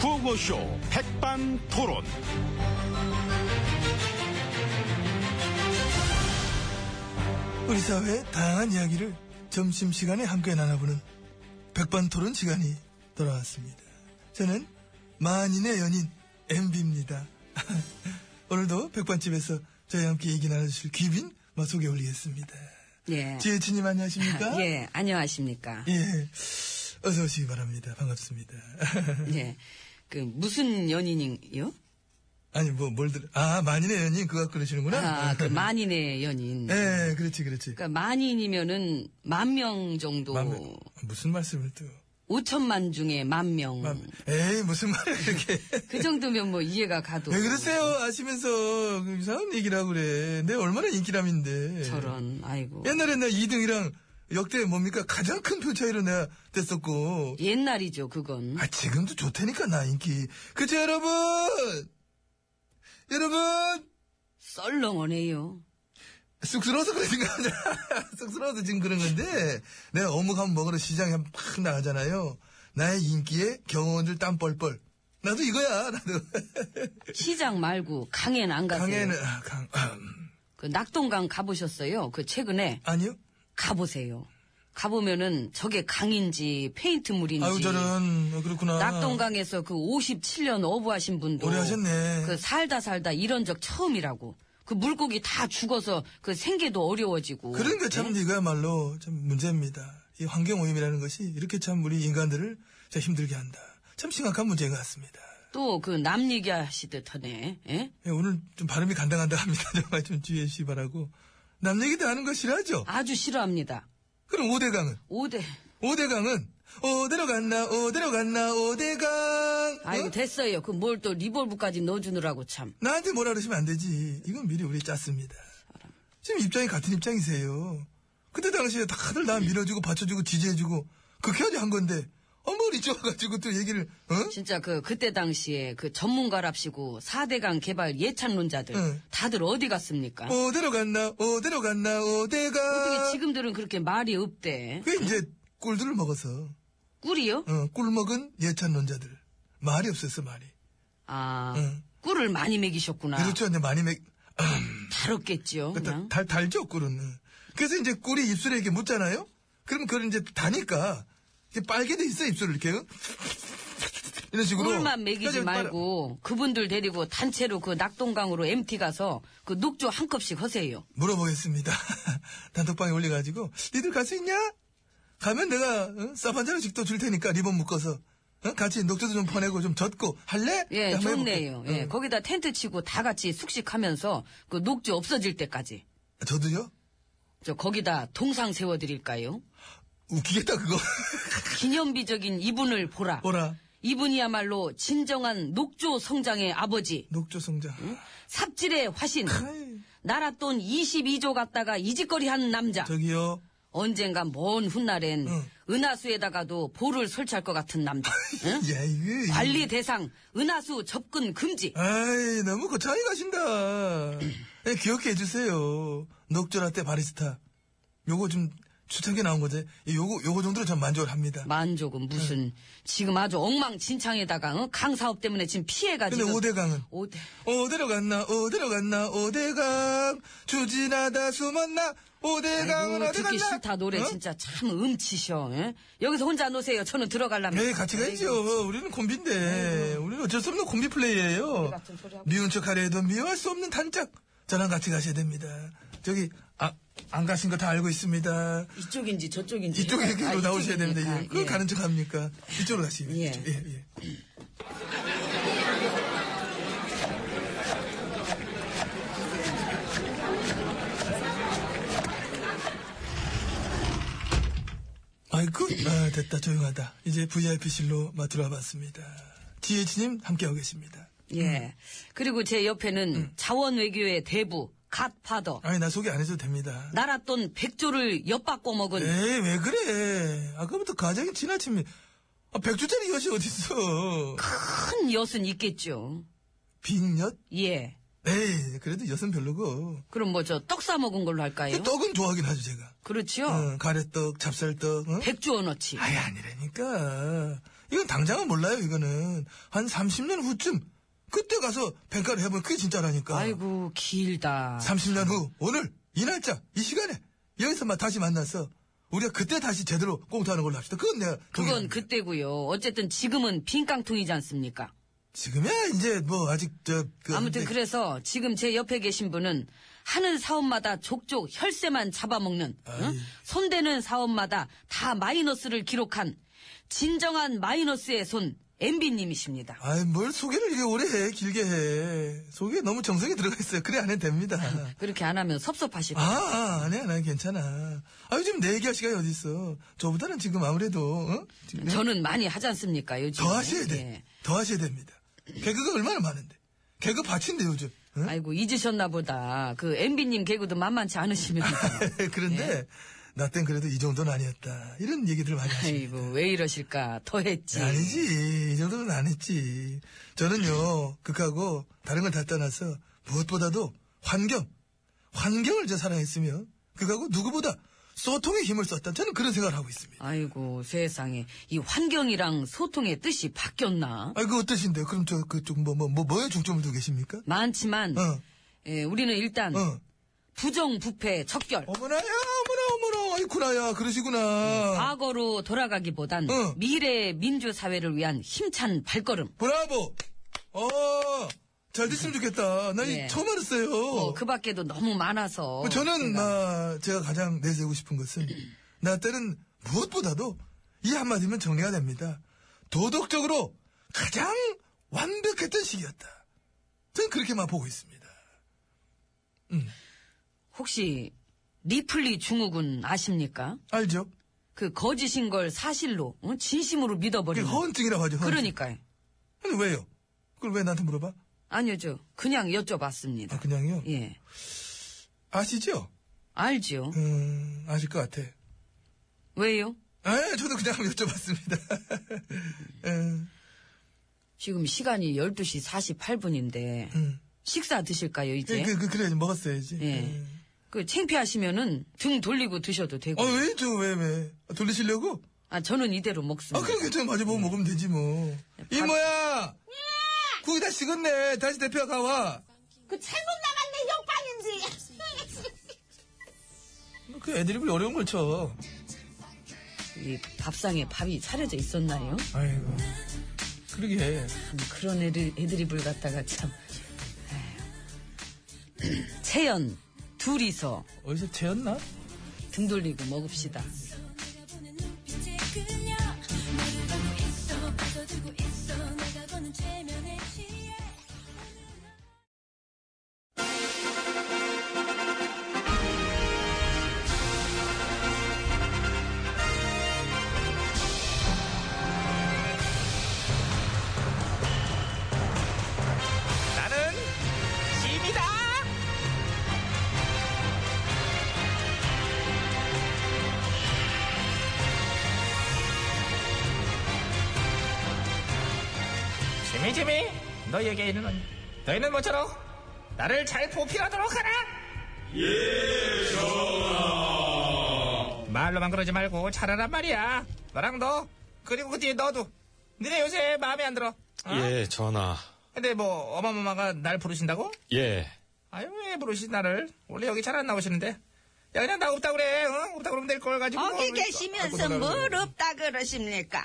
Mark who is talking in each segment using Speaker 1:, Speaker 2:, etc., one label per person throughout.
Speaker 1: 구호쇼 백반토론.
Speaker 2: 우리 사회의 다양한 이야기를 점심시간에 함께 나눠보는 백반토론 시간이 돌아왔습니다. 저는 만인의 연인 MB입니다. 오늘도 백반집에서 저희와 함께 얘기 나눠주실 귀빈 마 소개 올리겠습니다.
Speaker 3: 예.
Speaker 2: 지혜진님 안녕하십니까?
Speaker 3: 예, 안녕하십니까.
Speaker 2: 예. 어서 오시기 바랍니다. 반갑습니다.
Speaker 3: 예. 그, 무슨 연인이요?
Speaker 2: 아니 뭐 뭘들 아 만인의 연인 그거 그러시는구나.
Speaker 3: 아, 그러니까 그, 만인의 연인.
Speaker 2: 예, 그렇지 그렇지.
Speaker 3: 그니까, 뭐. 만인이면은, 만 명 정도.
Speaker 2: 맘에- 무슨 말씀을 또?
Speaker 3: 오천만 중에 만 명.
Speaker 2: 맘- 에이 무슨 말을 그렇게.
Speaker 3: 그 정도면 뭐 이해가 가도.
Speaker 2: 왜 그러세요? 아시면서 그 이상한 얘기라 그래. 내 얼마나 인기남인데.
Speaker 3: 저런, 아이고.
Speaker 2: 옛날에 나 2등이랑 역대 뭡니까 가장 큰 표 차이로 내가 됐었고.
Speaker 3: 옛날이죠, 그건.
Speaker 2: 아 지금도 좋다니까 나 인기. 그쵸 여러분? 여러분
Speaker 3: 썰렁하네요.
Speaker 2: 쑥스러워서 그런 생각하냐? 쑥스러워서 지금 그런 건데 내가 어묵 한번 먹으러 시장에 한번 팍 나가잖아요. 나의 인기에 경호원들 땀 뻘뻘. 나도 이거야 나도.
Speaker 3: 시장 말고, 강엔 안 가세요.
Speaker 2: 강에는 아, 강
Speaker 3: 그, 낙동강 가보셨어요? 그, 최근에.
Speaker 2: 아니요.
Speaker 3: 가보세요. 가보면은, 저게 강인지, 페인트물인지.
Speaker 2: 아유 저런 어, 그렇구나.
Speaker 3: 낙동강에서 그 57년 어부하신 분도
Speaker 2: 오래 하셨네.
Speaker 3: 그 살다 살다 이런 적 처음이라고. 그 물고기 다 죽어서 그 생계도 어려워지고.
Speaker 2: 그런 게 그러니까 참
Speaker 3: 네?
Speaker 2: 이거야말로 참 문제입니다. 이 환경 오염이라는 것이 이렇게 참 우리 인간들을 참 힘들게 한다. 참 심각한 문제인 것 같습니다.
Speaker 3: 또그 남 얘기하시듯 하네. 예?
Speaker 2: 예, 오늘 좀 발음이 간당간다 합니다. 정말 좀 주의해 주시 기 바라고. 남 얘기도 하는 거 싫어하죠?
Speaker 3: 아주 싫어합니다.
Speaker 2: 그럼 오대강은?
Speaker 3: 오대
Speaker 2: 오대강은? 어디로 갔나, 어디로 갔나, 오대강.
Speaker 3: 아이고
Speaker 2: 어?
Speaker 3: 됐어요. 그 뭘 또 리볼브까지 넣어주느라고 참.
Speaker 2: 나한테 뭐라 그러시면 안 되지. 이건 미리 우리 짰습니다. 지금 입장이 같은 입장이세요. 그때 당시에 다들 나 밀어주고 받쳐주고 지지해주고 그렇게까지 한 건데 엄마를 잊어가지고 또 얘기를 어?
Speaker 3: 진짜 그 그때 당시에 그 전문가랍시고 4대강 개발 예찬론자들
Speaker 2: 응.
Speaker 3: 다들 어디 갔습니까?
Speaker 2: 어디로 갔나 어디로 갔나
Speaker 3: 어떻게
Speaker 2: 어디가
Speaker 3: 지금들은 그렇게 말이 없대.
Speaker 2: 그게 이제 꿀들을 먹어서
Speaker 3: 꿀이요?
Speaker 2: 어, 꿀 먹은 예찬론자들 말이 없었어 말이
Speaker 3: 아
Speaker 2: 응.
Speaker 3: 꿀을 많이 먹이셨구나.
Speaker 2: 그렇죠 이제 많이 맥
Speaker 3: 다롭겠죠. 어, 그냥.
Speaker 2: 그러니까 달, 달죠, 꿀은. 그래서 이제 꿀이 입술에 이렇게 묻잖아요? 그럼 그걸 이제 다니까, 이게 빨게 돼 있어, 입술을 이렇게. 이런 식으로.
Speaker 3: 꿀만 먹이지
Speaker 2: 그래서
Speaker 3: 말고 그분들 데리고 단체로 그 낙동강으로 MT 가서 그 녹조 한 컵씩 허세요.
Speaker 2: 빨아- 물어보겠습니다. 단톡방에 올려가지고, 니들 갈 수 있냐? 가면 내가, 어? 쌉 한잔씩 또 줄 테니까, 리본 묶어서. 어? 같이 녹조도 좀 퍼내고, 좀 젖고, 할래?
Speaker 3: 예,
Speaker 2: 한번
Speaker 3: 좋네요.
Speaker 2: 해볼게. 어.
Speaker 3: 예,
Speaker 2: 응.
Speaker 3: 거기다 텐트 치고 다 같이 숙식하면서 그 녹조 없어질 때까지.
Speaker 2: 아, 저도요?
Speaker 3: 저 거기다 동상 세워드릴까요?
Speaker 2: 웃기겠다, 그거.
Speaker 3: 기념비적인 이분을 보라.
Speaker 2: 보라.
Speaker 3: 이분이야말로 진정한 녹조 성장의 아버지.
Speaker 2: 녹조 성장.
Speaker 3: 삽질의 화신.
Speaker 2: 아이,
Speaker 3: 나랏돈 22조 갖다가 이짓거리 한 남자.
Speaker 2: 저기요.
Speaker 3: 언젠가 먼 훗날엔
Speaker 2: 응.
Speaker 3: 은하수에다가도 볼을 설치할 것 같은 남자. 응?
Speaker 2: 야, 이게.
Speaker 3: 관리 대상 은하수 접근 금지.
Speaker 2: 아이, 너무 거창하게 가신다. 예, 귀엽게 해주세요. 녹조라떼 바리스타. 요거 좀 추천게 나온 거지. 예, 요거, 요거 정도로 전 만족을 합니다.
Speaker 3: 만족은 무슨 지금 아주 엉망진창에다가 어? 강사업 때문에 지금 피해가
Speaker 2: 근데
Speaker 3: 지금
Speaker 2: 오대강은?
Speaker 3: 오대-
Speaker 2: 어디로 갔나, 어디로 갔나, 오대강. 추진하다 숨었나, 오대강은
Speaker 3: 아이고,
Speaker 2: 어디
Speaker 3: 듣기
Speaker 2: 갔나.
Speaker 3: 싫다 노래
Speaker 2: 어?
Speaker 3: 진짜 참 음치셔. 예? 여기서 혼자 노세요. 저는 들어가려면.
Speaker 2: 예, 같이
Speaker 3: 아이고,
Speaker 2: 가야죠. 우리는 콤비인데. 우리는 어쩔 수 없는 콤비 플레이예요
Speaker 3: 같은 소리 하고.
Speaker 2: 미운 척 하려 해도 미워할 수 없는 단짝. 저랑 같이 가셔야 됩니다. 저기, 아, 안 가신 거 다 알고 있습니다.
Speaker 3: 이쪽인지 저쪽인지
Speaker 2: 이쪽에
Speaker 3: 아,
Speaker 2: 로 나오셔야 됩니다.
Speaker 3: 이쪽이니까,
Speaker 2: 예. 그걸
Speaker 3: 예.
Speaker 2: 가는 척 합니까? 이쪽으로 다시.
Speaker 3: 예.
Speaker 2: 이쪽. 예, 예. 아이고, 아, 됐다. 조용하다. 이제 VIP실로 들어와 봤습니다. GH님 함께하고 계십니다.
Speaker 3: 예. 그리고 제 옆에는 자원외교의 대부 갓파더
Speaker 2: 아니, 나 소개 안 해도 됩니다.
Speaker 3: 나랏돈 100조를 엿바꿔 먹은
Speaker 2: 에이, 왜 그래. 아까부터 가장이 지나칩니다. 아, 100주짜리 여이 어딨어.
Speaker 3: 큰 엿은 있겠죠.
Speaker 2: 빈엿?
Speaker 3: 예.
Speaker 2: 에이, 그래도 엿은 별로고.
Speaker 3: 그럼 뭐 저 떡 사 먹은 걸로 할까요?
Speaker 2: 근데 그 떡은 음. 좋아하긴 하죠, 제가.
Speaker 3: 그렇죠.
Speaker 2: 어, 가래떡, 찹쌀떡, 어?
Speaker 3: 백주 원어치.
Speaker 2: 아예 아니라니까. 이건 당장은 몰라요, 이거는. 한 30년 후쯤, 그때 가서 평가를 해보면 그게 진짜라니까.
Speaker 3: 아이고 길다.
Speaker 2: 30년 후, 오늘, 이 날짜, 이 시간에, 여기서만 다시 만나서, 우리가 그때 다시 제대로 꽁트하는 걸로 합시다. 그건 내가.
Speaker 3: 그건
Speaker 2: 동의합니다.
Speaker 3: 그때고요. 어쨌든 지금은 빈깡통이지 않습니까?
Speaker 2: 지금이야, 이제, 뭐, 아직, 저, 그.
Speaker 3: 그- 아무튼
Speaker 2: 이제
Speaker 3: 그래서 지금 제 옆에 계신 분은 하는 사업마다 족족 혈세만 잡아먹는 응? 손대는 사업마다 다 마이너스를 기록한 진정한 마이너스의 손 MB님이십니다.
Speaker 2: 아이, 뭘 소개를 이게 오래 해, 길게 해. 소개 너무 정성이 들어가 있어요. 그래, 안 해도 됩니다.
Speaker 3: 그렇게 안 하면 섭섭하실
Speaker 2: 아,
Speaker 3: 거예요.
Speaker 2: 아, 아니야, 난 괜찮아. 아, 요즘 내 얘기할 시간이 어딨어. 저보다는 지금 아무래도, 예. 어? 지금
Speaker 3: 저는 많이 하지 않습니까 예. 요즘?
Speaker 2: 더 하셔야 돼. 더 하셔야 됩니다. 개그가 얼마나 많은데. 개그 받친데, 요즘. 어? 응?
Speaker 3: 아이고 잊으셨나 보다. 그 MB님 개그도 만만치 않으시면서.
Speaker 2: 그런데, 나 땐 그래도 이 정도는 아니었다. 이런 얘기들 많이 하시죠.
Speaker 3: 아이고 왜 이러실까
Speaker 2: 예.
Speaker 3: 더했지.
Speaker 2: 아니지. 이 정도는 안 했지. 저는요, 극하고 다른 걸 다 떠나서 무엇보다도 환경, 환경을 저 사랑했으며, 극하고 누구보다 소통의 힘을 썼다. 저는 그런 생각을 하고 있습니다.
Speaker 3: 아이고 세상에 이 환경이랑 소통의 뜻이 바뀌었나?
Speaker 2: 아, 그 어떠신데요? 그럼 저, 그쪽, 뭐, 뭐, 뭐, 뭐에 중점을 두고 계십니까?
Speaker 3: 많지만
Speaker 2: 어,
Speaker 3: 예, 우리는 일단
Speaker 2: 어.
Speaker 3: 부정부패 척결
Speaker 2: 어머나야, 어머나, 어머나, 아이쿠나야, 그러시구나.
Speaker 3: 과거로 돌아가기보단
Speaker 2: 어.
Speaker 3: 미래 민주 사회를 위한 힘찬 발걸음.
Speaker 2: 브라보! 어, 잘 됐으면 좋겠다. 나
Speaker 3: 네.
Speaker 2: 이 처음 알았어요.
Speaker 3: 어, 그 밖에도 너무 많아서
Speaker 2: 뭐 저는
Speaker 3: 제가
Speaker 2: 아, 제가 가장 내세우고 싶은 것은 나 때는 무엇보다도 이 한마디면 정리가 됩니다. 도덕적으로 가장 완벽했던 시기였다. 저는 그렇게만 보고 있습니다.
Speaker 3: 혹시 리플리 중후군 아십니까?
Speaker 2: 알죠?
Speaker 3: 그 거짓인 걸 사실로 어? 진심으로
Speaker 2: 그게
Speaker 3: 믿어버리는
Speaker 2: 허언증이라고 하죠. 허언증.
Speaker 3: 그러니까요.
Speaker 2: 근데 왜요? 그걸 왜 나한테 물어봐?
Speaker 3: 아니요, 저 그냥 여쭤봤습니다.
Speaker 2: 아, 그냥요?
Speaker 3: 예.
Speaker 2: 아시죠?
Speaker 3: 알지요.
Speaker 2: 음, 아실 것 같아.
Speaker 3: 왜요?
Speaker 2: 에, 저도 그냥 한번 여쭤봤습니다. 예, 에,
Speaker 3: 지금 시간이 12시 48분인데
Speaker 2: 음.
Speaker 3: 식사 드실까요, 이제?
Speaker 2: 그, 그, 그, 그래, 먹었어야지. 음.
Speaker 3: 예. 그 창피하시면은 등 돌리고 드셔도 되고.
Speaker 2: 어, 왜, 저, 왜, 왜? 돌리시려고?
Speaker 3: 아, 저는 이대로
Speaker 2: 아,
Speaker 3: 먹습니다.
Speaker 2: 그럼 괜찮아. 마저
Speaker 3: 네.
Speaker 2: 보고 먹으면 되지, 뭐. 이모야! 국이 다 식었네. 다시 대표가 가와.
Speaker 4: 그 최근 나갔네 협박인지
Speaker 2: 그 애드립을 어려운 걸 쳐.
Speaker 3: 이 밥상에 밥이 차려져 있었나요?
Speaker 2: 아이고. 그러게.
Speaker 3: 참 그런 애들 애드립을 갖다가 참. 에휴. 채연 둘이서
Speaker 2: 어디서 재였나?
Speaker 3: 등 돌리고 먹읍시다.
Speaker 1: 나는 짐이다.
Speaker 5: 지미 지미 너희에게 이르노니 너희는 모쪼록 나를 잘 보필하도록 하라 예 전하 말로만 그러지 말고 잘하란 말이야 너랑 너 그리고 그 뒤에 너도 니네 요새 마음에 안 들어 어?
Speaker 6: 예, 전하.
Speaker 5: 근데 뭐 어마어마가 날 부르신다고?
Speaker 6: 예.
Speaker 5: 아유 왜 부르신 나를 원래 여기 잘 안 나오시는데 야 그냥 나 없다 그래 어? 없다 그러면 될 걸
Speaker 2: 아,
Speaker 5: 가지고
Speaker 7: 거기
Speaker 5: 뭐-
Speaker 7: 계시면서
Speaker 5: 아이고,
Speaker 7: 뭘 없다 그러십니까?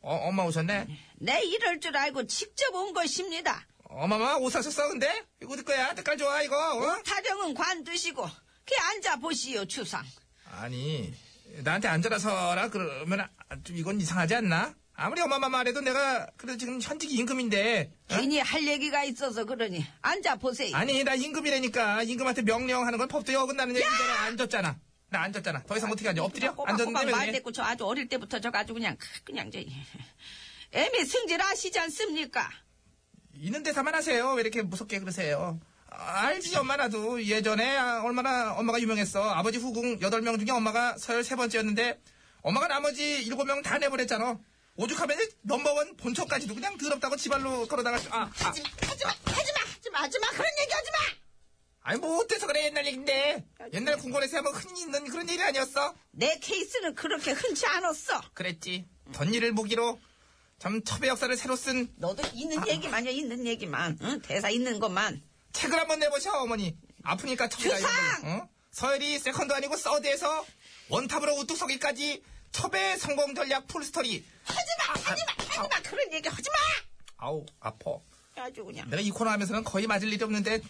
Speaker 5: 어, 엄마 오셨네
Speaker 7: 내 이럴 줄 알고 직접 온 것입니다.
Speaker 5: 어마마 옷 사셨어 근데? 이거 어디 거야? 색깔 좋아 이거 어?
Speaker 7: 타령은 관두시고 그 앉아 보시오 추상.
Speaker 5: 아니 나한테 앉아라 서라 그러면 아, 좀 이건 이상하지 않나? 아무리 엄마만 말해도 내가 그래도 지금 현직 임금인데 어?
Speaker 7: 괜히 할 얘기가 있어서 그러니 앉아 보세요.
Speaker 5: 아니 나 임금이라니까 임금한테 명령하는 건 법도에 어긋나는 얘기잖아 앉았잖아 나 앉았잖아 더 이상 어떻게 앉아 엎드려?
Speaker 7: 꼬박꼬박
Speaker 5: 앉았는데
Speaker 7: 말
Speaker 5: 왜 그래?
Speaker 7: 듣고 저 아주 어릴 때부터 저 아주 그냥 그냥 저 애미 승질 아시지 않습니까?
Speaker 5: 있는 데서만 하세요 왜 이렇게 무섭게 그러세요 아, 알지 엄마 나도 예전에 아, 얼마나 엄마가 유명했어 아버지 후궁 8명 중에 엄마가 서열 세번째였는데 엄마가 나머지 7명 다 내보냈잖아 오죽하면 넘버원 본처까지도 그냥 더럽다고 지발로 걸어다가 아, 아.
Speaker 4: 하지마 하지마 하지마 하지마 하지마 그런 얘기 하지마
Speaker 5: 아니 뭐 어때서 그래 옛날 얘긴데 옛날 궁궐에서 한번 흔히 있는 그런 일이 아니었어
Speaker 7: 내 케이스는 그렇게 흔치 않았어.
Speaker 5: 그랬지 덧일을 보기로 참 첩의 역사를 새로 쓴
Speaker 3: 너도 있는 얘기만 해, 있는 얘기만. 응? 대사 있는 것만.
Speaker 5: 책을 한번 내보셔 어머니 아프니까 첩이다 이런
Speaker 3: 주상!
Speaker 5: 걸로 응? 서열이 세컨드 아니고 서드에서 원탑으로 우뚝 서기까지 첩의 성공 전략 풀스토리
Speaker 8: 하지마 하지마
Speaker 7: 아,
Speaker 8: 하지마 그런 얘기 하지마
Speaker 5: 아우 아파
Speaker 3: 아주 그냥.
Speaker 5: 내가 이 코너 하면서는 거의 맞을 일이 없는데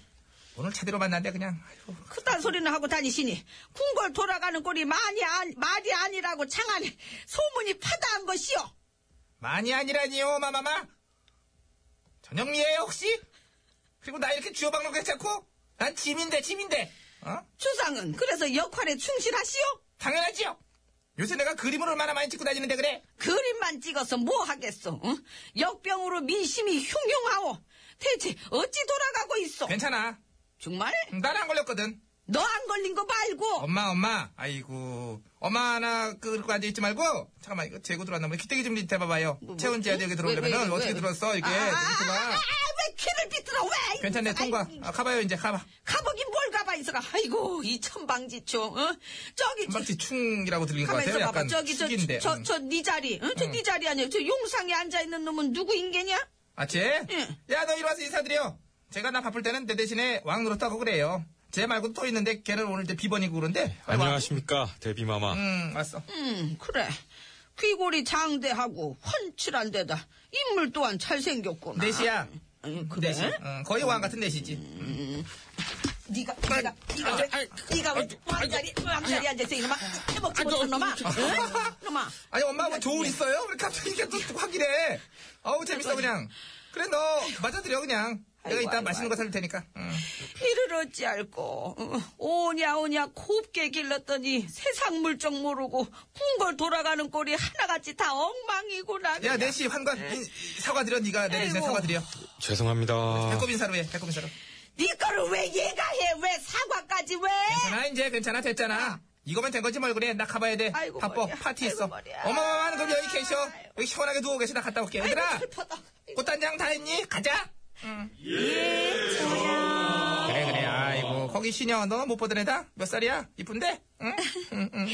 Speaker 5: 오늘 제대로 만났는데 그냥 아이고.
Speaker 3: 그딴 소리는 하고 다니시니 궁궐 돌아가는 꼴이 많이 안- 말이 아니라고 창안에 소문이 파다한 것이요.
Speaker 5: 많이 아니라니요 마마마 전영미예요 혹시? 그리고 나 이렇게 주어방로 괜찮고 난 짐인데 짐인데 어?
Speaker 3: 주상은 그래서 역할에 충실하시오.
Speaker 5: 당연하지요 요새 내가 그림을 얼마나 많이 찍고 다니는데 그래
Speaker 3: 그림만 찍어서 뭐 하겠소? 응? 역병으로 민심이 흉흉하오. 대체 어찌 돌아가고 있어?
Speaker 5: 괜찮아
Speaker 3: 정말?
Speaker 5: 난 안 걸렸거든
Speaker 3: 너 안 걸린 거 말고
Speaker 5: 엄마 엄마 아이고 엄마 하나 끌고 앉아있지 말고 잠깐만 이거 재고 들어왔나 보네 기대기 좀 대봐봐요
Speaker 3: 뭐,
Speaker 5: 체온제 여기
Speaker 3: 왜,
Speaker 5: 들어오려면
Speaker 3: 왜, 왜,
Speaker 5: 은
Speaker 3: 왜,
Speaker 5: 어떻게
Speaker 3: 왜.
Speaker 5: 들어왔어 이게 밑으로가.
Speaker 3: 아왜 키를 비틀어 왜?
Speaker 5: 괜찮네 통과
Speaker 3: 아이,
Speaker 5: 아, 가봐요 이제 가봐
Speaker 3: 가보긴 뭘 가봐 있어라. 아이고 이 천방지축. 어? 저기 저-
Speaker 5: 한박지 충이라고 들린 것
Speaker 3: 가만
Speaker 5: 같아요
Speaker 3: 있어봐봐.
Speaker 5: 약간
Speaker 3: 저기
Speaker 5: 축인데 음.
Speaker 3: 저저저네 자리. 응? 저네 자리 아니야. 저 용상에 앉아 있는 놈은 누구 인계냐? 예.
Speaker 5: 아, 쟤? 야, 너 이리 와서 인사드려. 제가 나 바쁠 때는 내 대신에 왕 노릇하고 그래요. 쟤 말고도 또 있는데 걔는 오늘 이제 비번이고 그런데.
Speaker 6: 안녕하십니까 데뷔마마
Speaker 5: 음, 왔어.
Speaker 3: 음 그래. 귀골이 장대하고 훤칠한 데다 인물 또한 잘생겼구나.
Speaker 5: 내시야.
Speaker 3: 응, 그래.
Speaker 5: 내시. 응, 거의 왕 같은 내시지.
Speaker 3: 네가 네가
Speaker 5: 아,
Speaker 3: 네가 왜
Speaker 5: 그,
Speaker 3: 네가 왜 왕자리 왕자리 앉아서 이놈아 해먹지 못한 놈아. 응? 놈아.
Speaker 5: 아니, 엄마 뭐 좋은 있어요? 왜 갑자기 이렇게 또 확인해? 어우, 재밌어, 그냥. 그래, 너 맞아들여, 그냥. 내가
Speaker 3: 아이고,
Speaker 5: 이따
Speaker 3: 아이고,
Speaker 5: 맛있는 거 사줄 테니까. 응.
Speaker 3: 이를 어찌할꼬 응. 오냐 오냐 곱게 길렀더니 세상 물정 모르고 궁궐 돌아가는 꼴이 하나같이 다 엉망이구나.
Speaker 5: 야,
Speaker 3: 그냥.
Speaker 5: 네 내시 환관 인- 사과드려, 네가 내 대신에
Speaker 3: 네. 아이고.
Speaker 5: 사과드려.
Speaker 6: 죄송합니다
Speaker 5: 배꼽 인사로 해, 배꼽 인사로.
Speaker 3: 네 거를 왜 얘가 해? 왜 사과까지 왜?
Speaker 5: 괜찮아 이제 괜찮아 됐잖아 이거면 된 거지 뭘 그래 나 가봐야 돼
Speaker 3: 아이고,
Speaker 5: 바빠
Speaker 3: 머리야.
Speaker 5: 파티
Speaker 3: 아이고,
Speaker 5: 있어
Speaker 3: 머리야.
Speaker 5: 어마어마한 그럼 여기 계셔 여기 시원하게 누워 계시나 갔다 올게 얘들아
Speaker 3: 슬퍼다.
Speaker 5: 꽃단장 다 했니 가자 응. 그래 그래 아이고 거기 시녀 너 못 보던 애다 몇 살이야 이쁜데 응?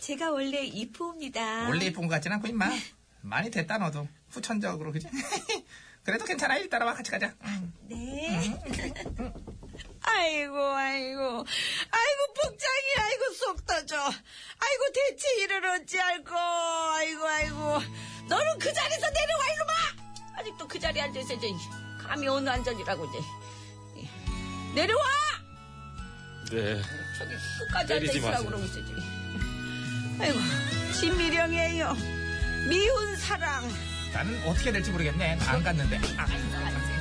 Speaker 1: 제가 원래 이쁘옵니다.
Speaker 5: 원래 이쁜 거 같진 않고 임마 많이 됐다 너도 후천적으로 그지 그래도 괜찮아 일 따라와 같이 가자 응.
Speaker 1: 네.
Speaker 3: 아이고 아이고 아이고 복장이 아이고 속 터져. 아이고 대체 이를 어찌할꼬? 아이고 아이고 너는 그 자리에서 내려와 이놈아. 아직도 그 자리에 앉아있어 이제 감이 어느 안전이라고 이제 예. 내려와.
Speaker 6: 네
Speaker 3: 저기 끝까지
Speaker 6: 때리지
Speaker 3: 앉아있으라고
Speaker 6: 마세요.
Speaker 3: 그러고 있어 지금. 아이고 진미령이에요. 미운 사랑.
Speaker 5: 나는 어떻게 될지 모르겠네 안 갔는데 아.